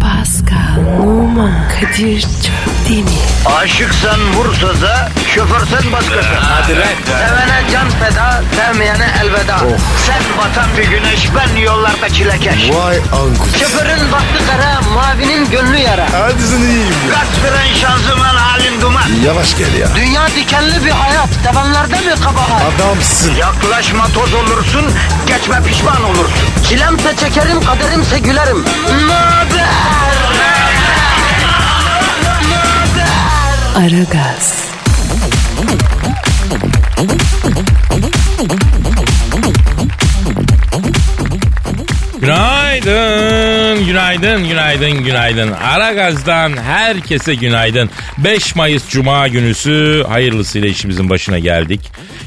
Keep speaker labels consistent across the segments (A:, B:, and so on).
A: Pascal, Oman, Kadir çok değil mi?
B: Aşıksan vursa da şoförsen başkasın.
C: Hadi lan. Oh.
B: Sevene can feda, sevmeyene elveda. Sen batan bir güneş, ben yollarda çilekeş.
C: Vay anku.
B: Şoförün baktı kara, mavinin gönlü yara.
C: Hadi sen iyiyim ya.
B: Kasperen şanzıman halin duman.
C: Yavaş gel ya.
B: Dünya dikenli bir hayat, sevenlerde mi kabahar?
C: Adamsın.
B: Yaklaşma toz olursun, geçme pişman olursun. Çilemse çekerim, kaderimse gülerim. Möber!
A: Aragaz,
D: Günaydın, günaydın, günaydın, günaydın. Ara Gaz'dan herkese günaydın. 5 Mayıs Cuma günüsü hayırlısıyla işimizin başına geldik.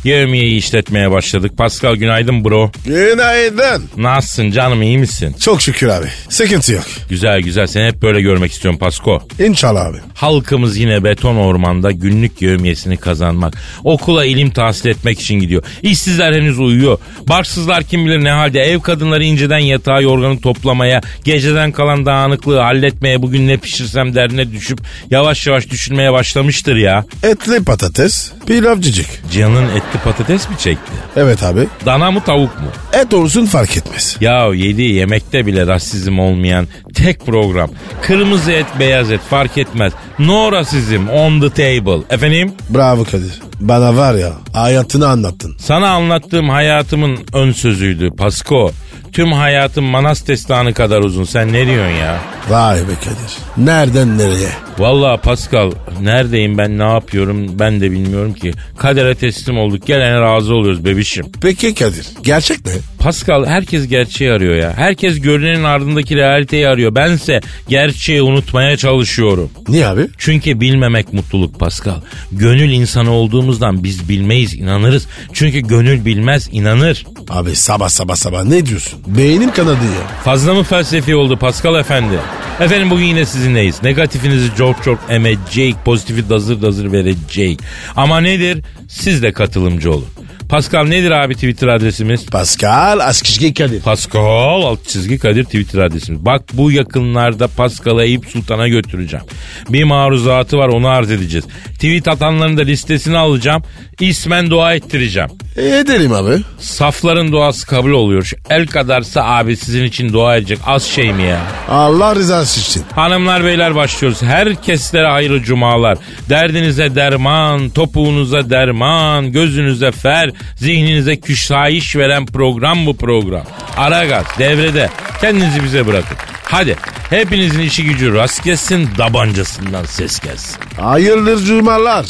D: Yevmiye'yi işletmeye başladık. Pascal günaydın bro.
C: Günaydın.
D: Nasılsın canım iyi misin?
C: Çok şükür abi. Sıkıntı yok.
D: Güzel güzel seni hep böyle görmek istiyorum Pasko.
C: İnşallah abi.
D: Halkımız yine beton ormanda günlük yevmiyesini kazanmak, okula ilim tahsil etmek için gidiyor. İşsizler henüz uyuyor. Barksızlar kim bilir ne halde. Ev kadınları inceden yatağı yorganı toplamaya, geceden kalan dağınıklığı halletmeye, bugün ne pişirsem derdine düşüp yavaş yavaş düşünmeye başlamıştır ya.
C: Etli patates, pilav cicik.
D: Canın etli patates mi çekti?
C: Evet abi.
D: Dana mı tavuk mu?
C: Et olsun fark etmez.
D: Ya yediği yemekte bile rasizm olmayan tek program. Kırmızı et, beyaz et fark etmez. No rasizm on the table. Efendim?
C: Bravo Kadir. Bana var ya hayatını anlattın.
D: Sana anlattığım hayatımın ön sözüydü Pasko. Tüm hayatım Manas destanı kadar uzun. Sen ne diyorsun ya?
C: Vay be Kadir. Nereden nereye?
D: Valla Pascal neredeyim ben ne yapıyorum ben de bilmiyorum ki. Kadere teslim olduk gelene razı oluyoruz bebişim.
C: Peki Kadir. Gerçek ne?
D: Pascal herkes gerçeği arıyor ya. Herkes görünenin ardındaki realiteyi arıyor. Bense gerçeği unutmaya çalışıyorum.
C: Niye abi?
D: Çünkü bilmemek mutluluk Pascal. Gönül insanı olduğumuzdan biz bilmeyiz inanırız. Çünkü gönül bilmez inanır.
C: Abi sabah sabah sabah ne diyorsun? Beynim kanadı ya.
D: Fazla mı felsefi oldu Pascal efendi? Efendim bugün yine sizinleyiz. Negatifinizi çok çok emecek, pozitifi dazır dazır verecek. Ama nedir? Siz de katılımcı olun. Pascal nedir abi Twitter adresimiz?
C: Pascal Askışki Kadir.
D: Pascal alt çizgi Kadir Twitter adresimiz. Bak bu yakınlarda Pascal'a Eyüp Sultan'a götüreceğim. Bir maruzatı var onu arz edeceğiz. Tweet atanların da listesini alacağım. İsmen dua ettireceğim.
C: E, edelim abi.
D: Safların duası kabul oluyor. Şu el kadarsa abi sizin için dua edecek. Az şey mi ya?
C: Allah rızası için.
D: Hanımlar beyler başlıyoruz. Herkeslere hayırlı cumalar. Derdinize derman, topuğunuza derman, gözünüze fer, zihninize küşayiş veren program bu program. Aragaz devrede. Kendinizi bize bırakın. Hadi hepinizin işi gücü rast gelsin, dabancasından ses gelsin.
C: Hayırlı cumalar.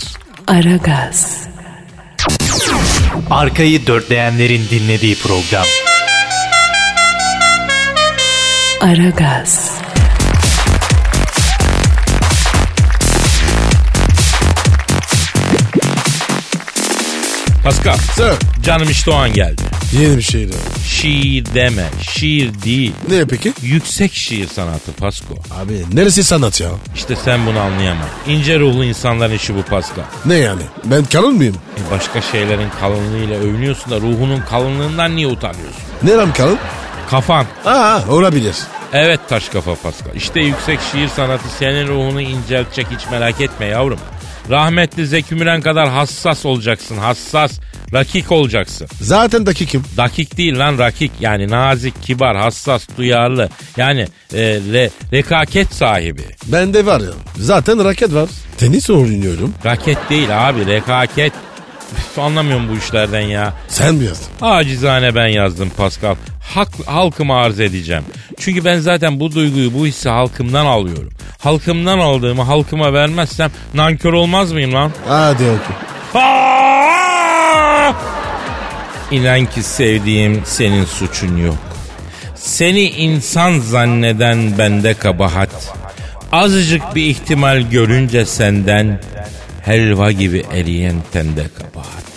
A: Aragaz,
E: Arkayı dörtleyenlerin dinlediği program.
A: Aragaz,
D: Pascal,
C: Sir.
D: canım işte o an geldi.
C: Yeni bir şehir.
D: Şiir deme, şiir değil.
C: Ne peki?
D: Yüksek şiir sanatı Pasko.
C: Abi neresi sanat ya?
D: İşte sen bunu anlayamam. İnce ruhlu insanların işi bu Pascal.
C: Ne yani? Ben kalın mıyım?
D: E başka şeylerin kalınlığıyla övünüyorsun da ruhunun kalınlığından niye utanıyorsun?
C: Nerem kalın?
D: Kafan.
C: Aa olabilir.
D: Evet taş kafa Pascal. İşte yüksek şiir sanatı senin ruhunu inceltecek hiç merak etme yavrum. Rahmetli Zeki Müren kadar hassas olacaksın hassas. Rakik olacaksın.
C: Zaten dakikim.
D: Dakik değil lan rakik yani nazik, kibar, hassas, duyarlı. Yani e, re- rekaket sahibi.
C: Bende var ya. Zaten raket var. Tenis oynuyorum.
D: Raket değil abi rekaket. Üf, anlamıyorum bu işlerden ya.
C: Sen mi yazdın?
D: Acizane ben yazdım Pascal. Hak, halkıma arz edeceğim. Çünkü ben zaten bu duyguyu, bu hissi halkımdan alıyorum. Halkımdan aldığımı halkıma vermezsem nankör olmaz mıyım lan?
C: Hadi okey.
D: Aa! İnan ki sevdiğim senin suçun yok. Seni insan zanneden bende kabahat. Azıcık bir ihtimal görünce senden helva gibi eriyen tende kabahat.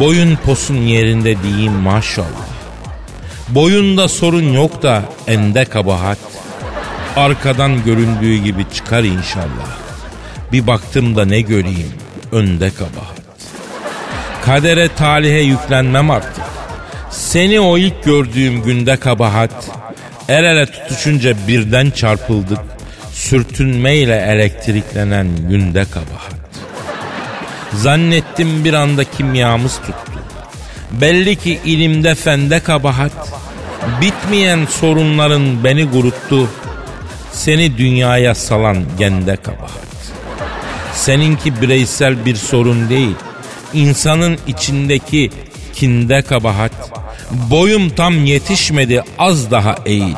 D: Boyun posun yerinde diyeyim maşallah. Boyunda sorun yok da ende kabahat. Arkadan göründüğü gibi çıkar inşallah. Bir baktım da ne göreyim önde kabahat. Kadere talihe yüklenmem artık. Seni o ilk gördüğüm günde kabahat. El ele tutuşunca birden çarpıldık. Sürtünmeyle elektriklenen günde kabahat. Zannettim bir anda kimyamız tuttu. Belli ki ilimde fende kabahat. Bitmeyen sorunların beni guruttu. Seni dünyaya salan gende kabahat. Seninki bireysel bir sorun değil. İnsanın içindeki kinde kabahat. Boyum tam yetişmedi az daha eğil.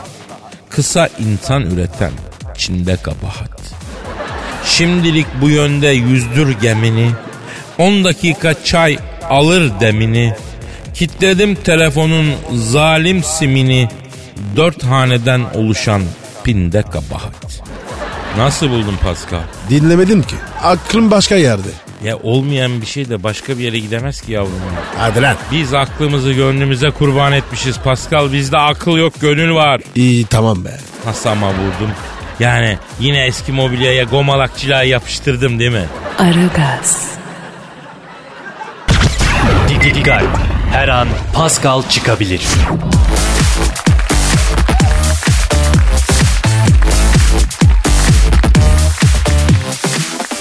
D: Kısa insan üreten Çin'de kabahat. Şimdilik bu yönde yüzdür gemini. 10 dakika çay alır demini. Kitledim telefonun zalim simini. Dört haneden oluşan pinde kabahat. Nasıl buldun Pascal?
C: Dinlemedim ki. Aklım başka yerde.
D: Ya olmayan bir şey de başka bir yere gidemez ki yavrum.
C: Hadi lan.
D: Biz aklımızı gönlümüze kurban etmişiz Pascal. Bizde akıl yok gönül var.
C: İyi tamam be.
D: Hasama vurdum. Yani yine eski mobilyaya gomalak cilayı yapıştırdım değil mi?
A: Aragaz,
E: Didi Digal. Her an Pascal çıkabilir.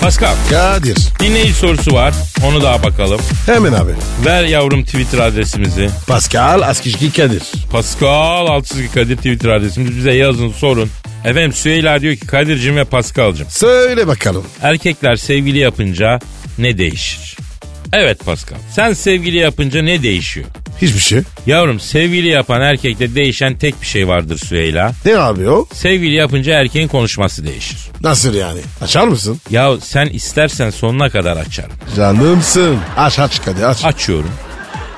D: Pascal
C: Kadir.
D: dinleyici sorusu var. Onu daha bakalım.
C: Hemen abi.
D: Ver yavrum Twitter adresimizi.
C: Pascal Askışki Kadir.
D: Pascal Altçizgi Kadir Twitter adresimiz. Bize yazın sorun. Efendim Süheyla diyor ki Kadir'cim ve Pascal'cım.
C: Söyle bakalım.
D: Erkekler sevgili yapınca ne değişir? Evet Pascal. Sen sevgili yapınca ne değişiyor?
C: Hiçbir şey.
D: Yavrum sevgili yapan erkekte değişen tek bir şey vardır Süheyla.
C: Ne abi o?
D: Sevgili yapınca erkeğin konuşması değişir.
C: Nasıl yani? Açar mısın?
D: Ya sen istersen sonuna kadar açarım.
C: Canımsın. Aç aç Kadir aç.
D: Açıyorum.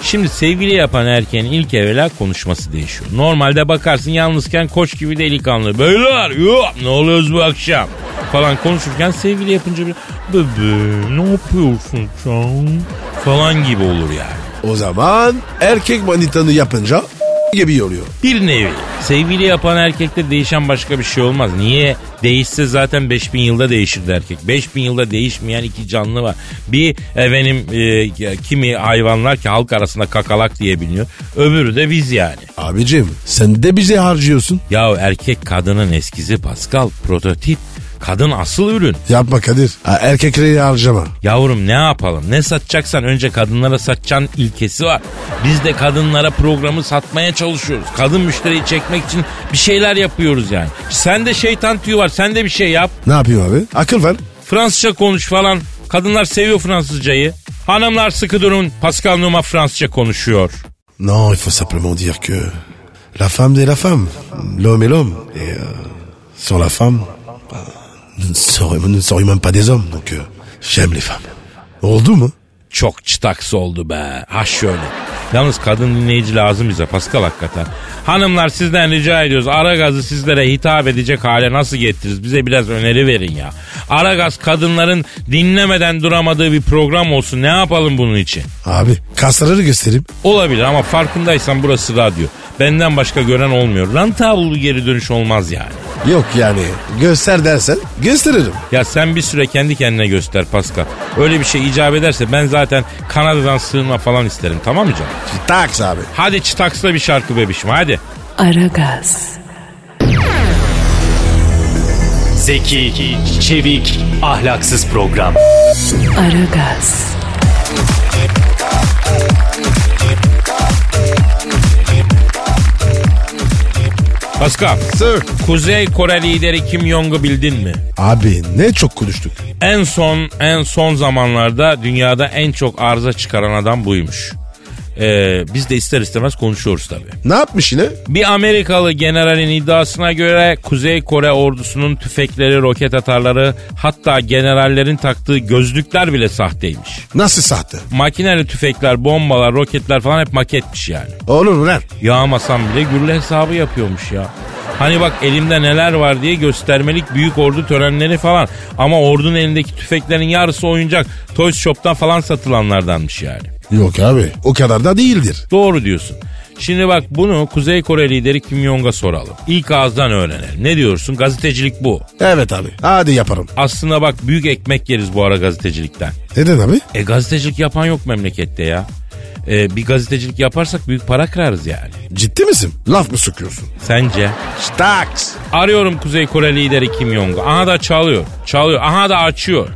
D: Şimdi sevgili yapan erkeğin ilk evvela konuşması değişiyor. Normalde bakarsın yalnızken koç gibi delikanlı. Beyler yo, ne oluyoruz bu akşam? Falan konuşurken sevgili yapınca bir bebeğim ne yapıyorsun sen? Falan gibi olur yani.
C: O zaman erkek manitanı yapınca gibi oluyor.
D: Bir nevi. Sevgili yapan erkekte değişen başka bir şey olmaz. Niye? Değişse zaten 5000 yılda değişirdi erkek. 5000 yılda değişmeyen iki canlı var. Bir efendim e, kimi hayvanlar ki halk arasında kakalak diye biliniyor. Öbürü de biz yani.
C: Abicim sen de bize harcıyorsun.
D: Ya erkek kadının eskizi Pascal prototip. Kadın asıl ürün.
C: Yapma Kadir. Ha, Erkekleri harcama.
D: Yavrum ne yapalım? Ne satacaksan önce kadınlara satacağın ilkesi var. Biz de kadınlara programı satmaya çalışıyoruz. Kadın müşteriyi çekmek için bir şeyler yapıyoruz yani. Sen de şeytan tüyü var. Sen de bir şey yap.
C: Ne yapayım abi? Akıl ver.
D: Fransızca konuş falan. Kadınlar seviyor Fransızcayı. Hanımlar sıkı durun. Pascal Numa Fransızca konuşuyor.
C: Non, il faut simplement dire que la femme de la femme, l'homme est l'homme. Et euh, sans la femme, bah, nous ne serions, nous ne serions même pas des hommes. Donc euh, j'aime les femmes. Oldu mu?
D: Çok çıtaks oldu be. Ha şöyle. Yalnız kadın dinleyici lazım bize Pascal hakikaten. Hanımlar sizden rica ediyoruz. Ara gazı sizlere hitap edecek hale nasıl getiririz? Bize biraz öneri verin ya. Ara gaz kadınların dinlemeden duramadığı bir program olsun. Ne yapalım bunun için?
C: Abi kasları göstereyim.
D: Olabilir ama farkındaysan burası radyo. Benden başka gören olmuyor. Rantabulu geri dönüş olmaz yani.
C: Yok yani göster dersen gösteririm.
D: Ya sen bir süre kendi kendine göster Pascal. Öyle bir şey icap ederse ben zaten Kanada'dan sığınma falan isterim tamam mı canım?
C: Taks abi.
D: Hadi çıtaksla bir şarkı bebişim hadi.
A: Aragaz,
E: Zeki, çevik, ahlaksız program.
A: Aragaz,
D: Pascal.
C: Sir.
D: Kuzey Kore lideri Kim Jong'u bildin mi?
C: Abi ne çok konuştuk.
D: En son en son zamanlarda dünyada en çok arıza çıkaran adam buymuş. Ee, biz de ister istemez konuşuyoruz tabii.
C: Ne yapmış yine?
D: Bir Amerikalı generalin iddiasına göre Kuzey Kore ordusunun tüfekleri, roket atarları hatta generallerin taktığı gözlükler bile sahteymiş.
C: Nasıl sahte?
D: Makineli tüfekler, bombalar, roketler falan hep maketmiş yani.
C: Olur mu lan?
D: Yağmasam bile gürle hesabı yapıyormuş ya. Hani bak elimde neler var diye göstermelik büyük ordu törenleri falan. Ama ordunun elindeki tüfeklerin yarısı oyuncak. Toys Shop'tan falan satılanlardanmış yani.
C: Yok abi o kadar da değildir.
D: Doğru diyorsun. Şimdi bak bunu Kuzey Kore lideri Kim Jong'a soralım. İlk ağızdan öğrenelim. Ne diyorsun? Gazetecilik bu.
C: Evet abi hadi yaparım.
D: Aslında bak büyük ekmek yeriz bu ara gazetecilikten.
C: Neden abi?
D: E gazetecilik yapan yok memlekette ya. e, bir gazetecilik yaparsak büyük para kırarız yani.
C: Ciddi misin? Laf mı sokuyorsun?
D: Sence?
C: Staks.
D: Arıyorum Kuzey Kore lideri Kim Jong-un. Aha da çalıyor. Çalıyor. Aha da açıyor.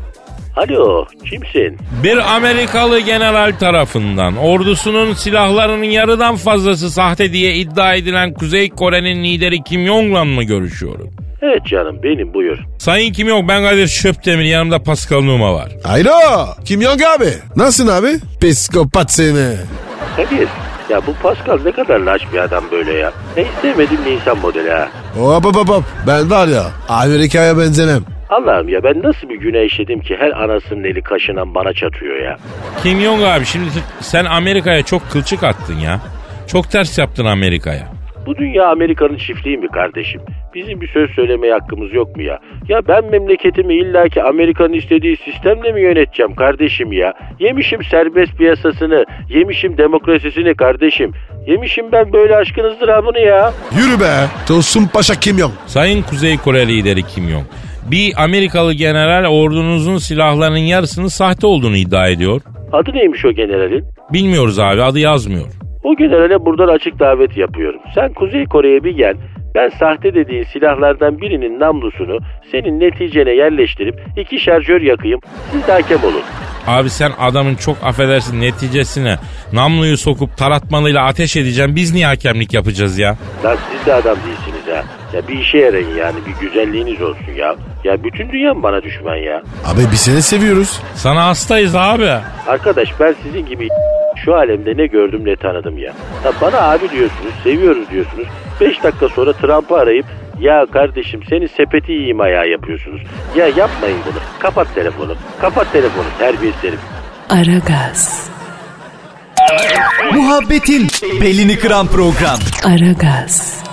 F: Alo kimsin?
D: Bir Amerikalı general tarafından ordusunun silahlarının yarıdan fazlası sahte diye iddia edilen Kuzey Kore'nin lideri Kim Jong-un'la mı görüşüyorum?
F: Evet canım benim buyur.
D: Sayın Kim Jong ben Kadir Şöptemir yanımda Pascal Numa var.
C: Alo. Kim Jong abi? Nasılsın abi? Psikopat seni.
F: Kadir ya bu Pascal ne kadar laş bir adam böyle ya. Ne istemediğim bir insan modeli ha.
C: Hop hop hop, hop. Ben var ya Amerika'ya benzemem.
F: Allah'ım ya ben nasıl bir güne işledim ki her anasının eli kaşınan bana çatıyor ya.
D: Kim Jong abi şimdi sen Amerika'ya çok kılçık attın ya. Çok ters yaptın Amerika'ya.
F: Bu dünya Amerika'nın çiftliği mi kardeşim? Bizim bir söz söylemeye hakkımız yok mu ya? Ya ben memleketimi illaki Amerika'nın istediği sistemle mi yöneteceğim kardeşim ya? Yemişim serbest piyasasını, yemişim demokrasisini kardeşim. Yemişim ben böyle aşkınızdır ha bunu ya.
C: Yürü be. Tosun Paşa Kim Jong.
D: Sayın Kuzey Kore lideri Kim Jong. Bir Amerikalı general ordunuzun silahlarının yarısının sahte olduğunu iddia ediyor.
F: Adı neymiş o generalin?
D: Bilmiyoruz abi adı yazmıyor.
F: O generale buradan açık davet yapıyorum. Sen Kuzey Kore'ye bir gel. Ben sahte dediğin silahlardan birinin namlusunu senin neticene yerleştirip iki şarjör yakayım. Siz de hakem olun.
D: Abi sen adamın çok affedersin neticesine namluyu sokup taratmalıyla ateş edeceğim biz niye hakemlik yapacağız ya?
F: Lan siz de adam değilsiniz ha. Ya bir işe yarayın yani bir güzelliğiniz olsun ya. Ya bütün dünya mı bana düşman ya?
C: Abi biz seni seviyoruz.
D: Sana hastayız abi.
F: Arkadaş ben sizin gibi şu alemde ne gördüm ne tanıdım ya. ya bana abi diyorsunuz, seviyoruz diyorsunuz. 5 dakika sonra Trump'ı arayıp ya kardeşim senin sepeti yiyeyim ayağı yapıyorsunuz. Ya yapmayın bunu. Kapat telefonu. Kapat telefonu terbiyesiz herif.
A: Aragaz.
E: Muhabbetin belini kıran program.
A: Aragaz.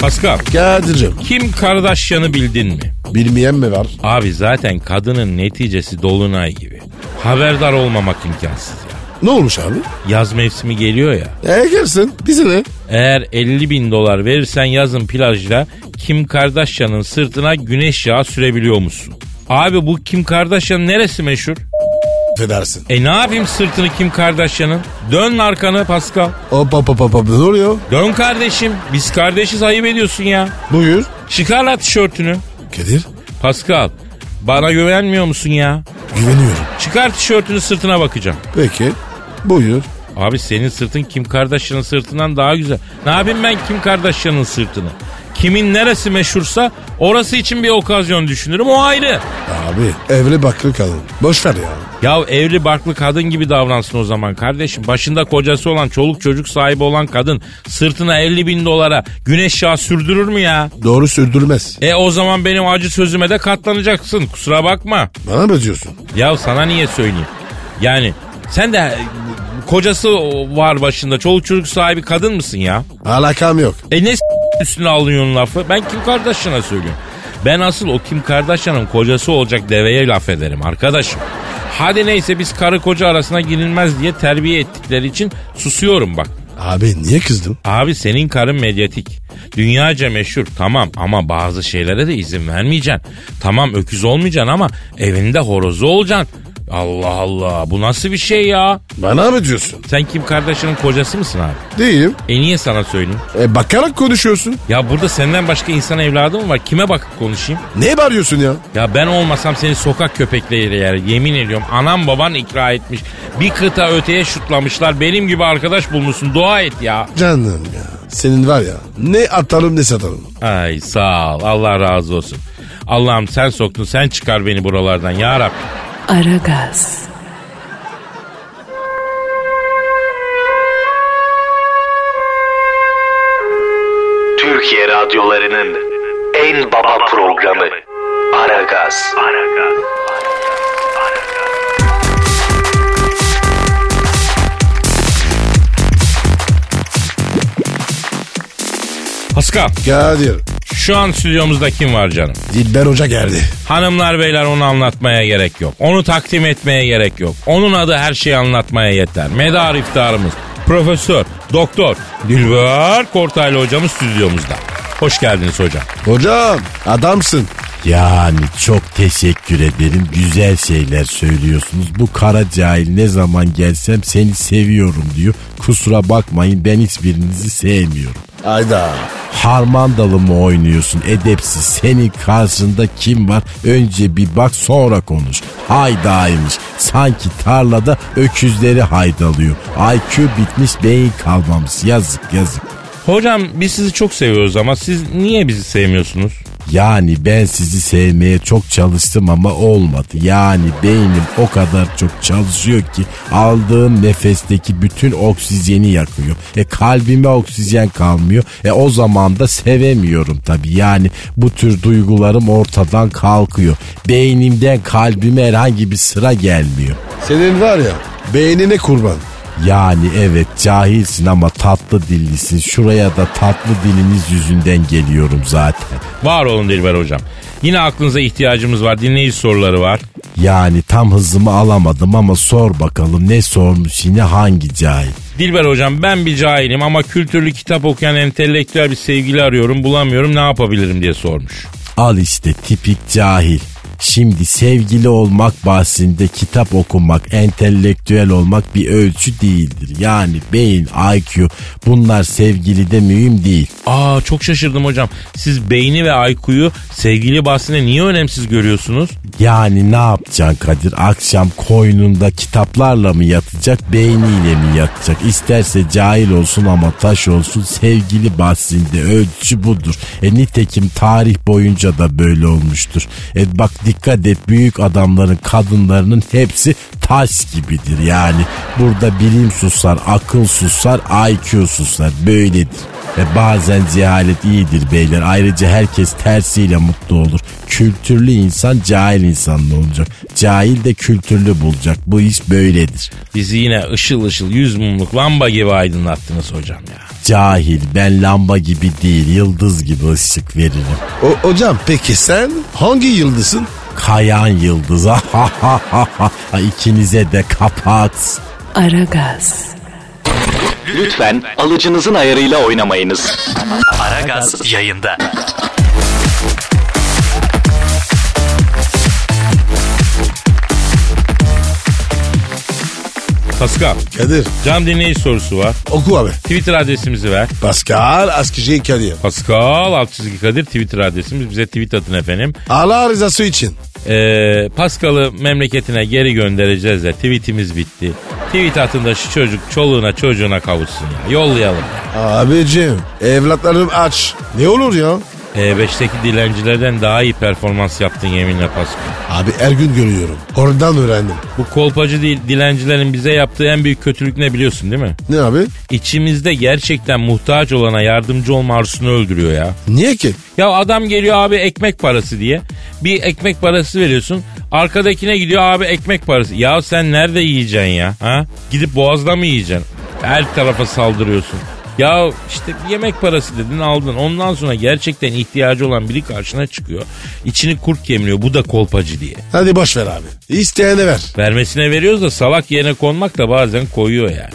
D: Pascal,
C: Kadir'cim.
D: Kim Kardashian'ı bildin mi?
C: Bilmeyen mi var?
D: Abi zaten kadının neticesi dolunay gibi. Haberdar olmamak imkansız ya.
C: Ne olmuş abi?
D: Yaz mevsimi geliyor ya.
C: E gelsin. Bize ne?
D: Eğer 50 bin dolar verirsen yazın plajda Kim Kardashian'ın sırtına güneş yağı sürebiliyor musun? Abi bu Kim Kardashian neresi meşhur?
C: Federsin.
D: E ne yapayım sırtını Kim Kardashian'ın? Dön arkanı Pascal.
C: Hop hop hop hop. hop. Ne oluyor?
D: Dön kardeşim. Biz kardeşiz ayıp ediyorsun ya.
C: Buyur.
D: Çıkar lan tişörtünü.
C: Kadir.
D: Pascal bana güvenmiyor musun ya?
C: Güveniyorum.
D: Çıkar tişörtünü sırtına bakacağım.
C: Peki. Buyur.
D: Abi senin sırtın Kim Kardashian'ın sırtından daha güzel. Ne yapayım ben Kim Kardashian'ın sırtını? Kimin neresi meşhursa orası için bir okazyon düşünürüm o ayrı.
C: Abi evli baklı kadın. Boş ver ya.
D: Ya evli barklı kadın gibi davransın o zaman kardeşim. Başında kocası olan çoluk çocuk sahibi olan kadın sırtına 50 bin dolara güneş yağı sürdürür mü ya?
C: Doğru sürdürmez.
D: E o zaman benim acı sözüme de katlanacaksın kusura bakma.
C: Bana mı diyorsun?
D: Ya sana niye söyleyeyim? Yani sen de e, kocası var başında çoluk çocuk sahibi kadın mısın ya?
C: Alakam yok.
D: E ne s- üstüne alıyorsun lafı? Ben Kim Kardashian'a söylüyorum. Ben asıl o Kim Kardashian'ın kocası olacak deveye laf ederim arkadaşım. Hadi neyse biz karı koca arasına girilmez diye terbiye ettikleri için susuyorum bak.
C: Abi niye kızdın?
D: Abi senin karın medyatik. Dünyaca meşhur tamam ama bazı şeylere de izin vermeyeceksin. Tamam öküz olmayacaksın ama evinde horozu olacaksın. Allah Allah bu nasıl bir şey ya?
C: Bana mı diyorsun?
D: Sen Kim Kardashian'ın kocası mısın abi?
C: Değilim.
D: E niye sana söyleyeyim?
C: E bakarak konuşuyorsun.
D: Ya burada senden başka insan evladı mı var? Kime bakıp konuşayım?
C: Ne bağırıyorsun ya?
D: Ya ben olmasam seni sokak köpekleriyle yer. Yemin ediyorum anam baban ikra etmiş. Bir kıta öteye şutlamışlar. Benim gibi arkadaş bulmuşsun. Dua et ya.
C: Canım ya. Senin var ya ne atarım ne satarım.
D: Ay sağ ol. Allah razı olsun. Allah'ım sen soktun sen çıkar beni buralardan ya Rabbi.
A: Aragaz.
G: Türkiye radyolarının en baba programı Aragaz.
D: Pascal
C: Kadir.
D: şu an stüdyomuzda kim var canım?
C: Dilber Hoca geldi.
D: Hanımlar beyler onu anlatmaya gerek yok. Onu takdim etmeye gerek yok. Onun adı her şeyi anlatmaya yeter. Medar iftarımız. Profesör, doktor Dilber Kortaylı hocamız stüdyomuzda. Hoş geldiniz hocam.
C: Hocam adamsın.
H: Yani çok teşekkür ederim. Güzel şeyler söylüyorsunuz. Bu kara cahil ne zaman gelsem seni seviyorum diyor. Kusura bakmayın ben hiçbirinizi sevmiyorum.
C: Hayda.
H: Harmandalı mı oynuyorsun edepsiz? Senin karşında kim var? Önce bir bak sonra konuş. Haydaymış. Sanki tarlada öküzleri haydalıyor. IQ bitmiş beyin kalmamış. Yazık yazık.
D: Hocam biz sizi çok seviyoruz ama siz niye bizi sevmiyorsunuz?
H: Yani ben sizi sevmeye çok çalıştım ama olmadı. Yani beynim o kadar çok çalışıyor ki aldığım nefesteki bütün oksijeni yakıyor. E kalbime oksijen kalmıyor. E o zaman da sevemiyorum tabii. Yani bu tür duygularım ortadan kalkıyor. Beynimden kalbime herhangi bir sıra gelmiyor.
C: Senin var ya beynine kurban.
H: Yani evet cahilsin ama tatlı dillisin. Şuraya da tatlı diliniz yüzünden geliyorum zaten.
D: Var olun Dilber hocam. Yine aklınıza ihtiyacımız var. Dinleyici soruları var.
H: Yani tam hızımı alamadım ama sor bakalım ne sormuş yine hangi cahil?
D: Dilber hocam ben bir cahilim ama kültürlü kitap okuyan entelektüel bir sevgili arıyorum. Bulamıyorum ne yapabilirim diye sormuş.
H: Al işte tipik cahil. Şimdi sevgili olmak bahsinde kitap okumak, entelektüel olmak bir ölçü değildir. Yani beyin, IQ bunlar sevgilide mühim değil.
D: Aa çok şaşırdım hocam. Siz beyni ve IQ'yu sevgili bahsine niye önemsiz görüyorsunuz?
H: Yani ne yapacaksın Kadir? Akşam koynunda kitaplarla mı yatacak, beyniyle mi yatacak? İsterse cahil olsun ama taş olsun sevgili bahsinde ölçü budur. E nitekim tarih boyunca da böyle olmuştur. E bak dikkat et büyük adamların kadınlarının hepsi taş gibidir. Yani burada bilim susar, akıl susar, IQ susar. Böyledir. E bazen cehalet iyidir beyler. Ayrıca herkes tersiyle mutlu olur. Kültürlü insan cahil insanla olacak. Cahil de kültürlü bulacak. Bu iş böyledir.
D: Bizi yine ışıl ışıl yüz mumluk lamba gibi aydınlattınız hocam ya.
H: Cahil ben lamba gibi değil yıldız gibi ışık veririm.
C: O, hocam peki sen hangi yıldızın?
H: Kayan yıldız. Ha, İkinize de kapat.
A: Aragaz,
G: Lütfen alıcınızın ayarıyla oynamayınız.
E: Aragaz yayında.
D: Pascal,
C: Kadir
D: cam dinleyici sorusu var.
C: oku abi.
D: Twitter adresimizi ver.
C: Pascal Askıcı Kadir.
D: Pascal alt çizgi Kadir Twitter adresimiz. Bize tweet atın efendim.
C: Allah rızası için.
D: Ee, Pascal'ı memleketine geri göndereceğiz de tweetimiz bitti. Tweet atın da şu çocuk çoluğuna çocuğuna kavuşsun ya. Yollayalım.
C: Abicim evlatlarım aç. Ne olur ya?
D: E5'teki Ee, dilencilerden daha iyi performans yaptın yeminle Pascal.
C: Abi her gün görüyorum. Oradan öğrendim.
D: Bu kolpacı değil, dilencilerin bize yaptığı en büyük kötülük ne biliyorsun değil mi?
C: Ne abi?
D: İçimizde gerçekten muhtaç olana yardımcı olma arzusunu öldürüyor ya.
C: Niye ki?
D: Ya adam geliyor abi ekmek parası diye. Bir ekmek parası veriyorsun. Arkadakine gidiyor abi ekmek parası. Ya sen nerede yiyeceksin ya? Ha? Gidip boğazda mı yiyeceksin? Her tarafa saldırıyorsun. Ya işte bir yemek parası dedin aldın. Ondan sonra gerçekten ihtiyacı olan biri karşına çıkıyor. İçini kurt kemliyor bu da kolpacı diye.
C: Hadi boş ver abi. İsteyene ver.
D: Vermesine veriyoruz da salak yerine konmak da bazen koyuyor yani.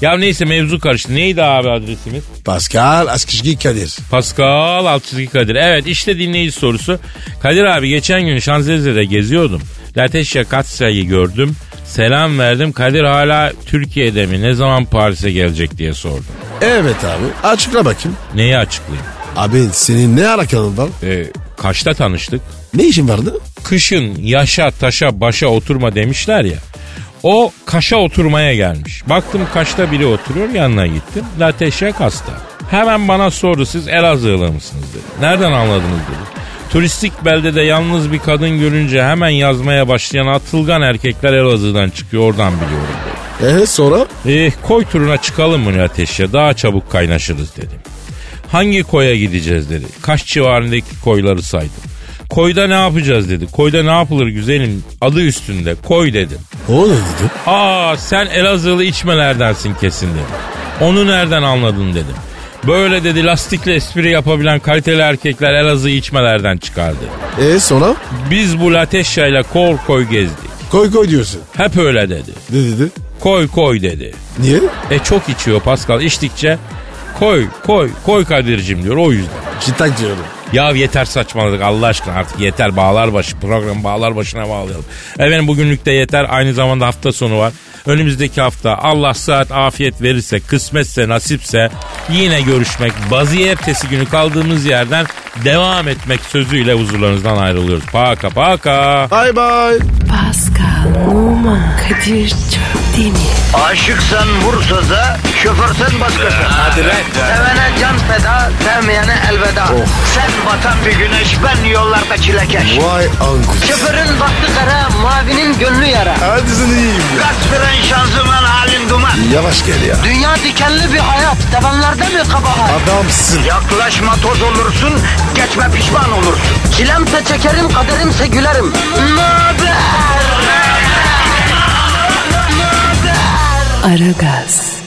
D: Ya neyse mevzu karıştı. Neydi abi adresimiz?
C: Pascal Askışki Kadir.
D: Pascal alt çizgi Kadir. Evet işte dinleyici sorusu. Kadir abi geçen gün Şanzelize'de geziyordum. Lateşya Katsa'yı gördüm. Selam verdim. Kadir hala Türkiye'de mi? Ne zaman Paris'e gelecek diye sordum.
C: Evet abi açıkla bakayım.
D: Neyi açıklayayım?
C: Abi senin ne alakan var?
D: Ee, kaçta tanıştık?
C: Ne işin vardı?
D: Kışın yaşa taşa başa oturma demişler ya. O kaşa oturmaya gelmiş. Baktım kaşta biri oturuyor yanına gittim. Lateşya kasta. Hemen bana sordu siz Elazığlı mısınız dedi. Nereden anladınız dedi. Turistik beldede yalnız bir kadın görünce hemen yazmaya başlayan atılgan erkekler Elazığ'dan çıkıyor oradan biliyorum dedi.
C: Ee sonra?
D: Eh, koy turuna çıkalım mı ateşe daha çabuk kaynaşırız dedim. Hangi koya gideceğiz dedi. Kaş civarındaki koyları saydım. Koyda ne yapacağız dedi. Koyda ne yapılır güzelim adı üstünde koy dedim.
C: O ne dedi?
D: Aa sen Elazığlı içmelerdensin kesin dedi. Onu nereden anladın dedim. Böyle dedi lastikle espri yapabilen kaliteli erkekler Elazığ içmelerden çıkardı.
C: Ee sonra?
D: Biz bu lateşyayla kol koy gezdik.
C: Koy koy diyorsun.
D: Hep öyle dedi.
C: Ne dedi?
D: Koy koy dedi.
C: Niye?
D: E çok içiyor Pascal. İçtikçe koy koy koy Kadir'cim diyor o yüzden.
C: Çıtak diyorum.
D: Ya yeter saçmaladık Allah aşkına artık yeter bağlar başı program bağlar başına bağlayalım. Efendim bugünlük de yeter aynı zamanda hafta sonu var. Önümüzdeki hafta Allah saat afiyet verirse kısmetse nasipse yine görüşmek bazı ertesi günü kaldığımız yerden devam etmek sözüyle huzurlarınızdan ayrılıyoruz. Paka paka.
C: Bye bye.
A: Pascal, Oman, Kadir çok değil mi?
B: Aşıksan vursa da şoförsen başkasın. Hadi
D: lan.
B: Sevene can feda, sevmeyene elveda. Sen batan bir güneş, ben yollarda çilekeş.
C: Vay anku.
B: Şoförün baktı kara, mavinin gönlü yara.
C: Hadi sen iyiyim ya.
B: Kasperen şanzıman halin duman.
C: Yavaş gel ya.
B: Dünya dikenli bir hayat, sevenlerde mi kabahar?
C: Adamsın.
B: Yaklaşma toz olursun, geçme pişman olursun. Çilemse çekerim, kaderimse gülerim. Möber!
A: Aragaz.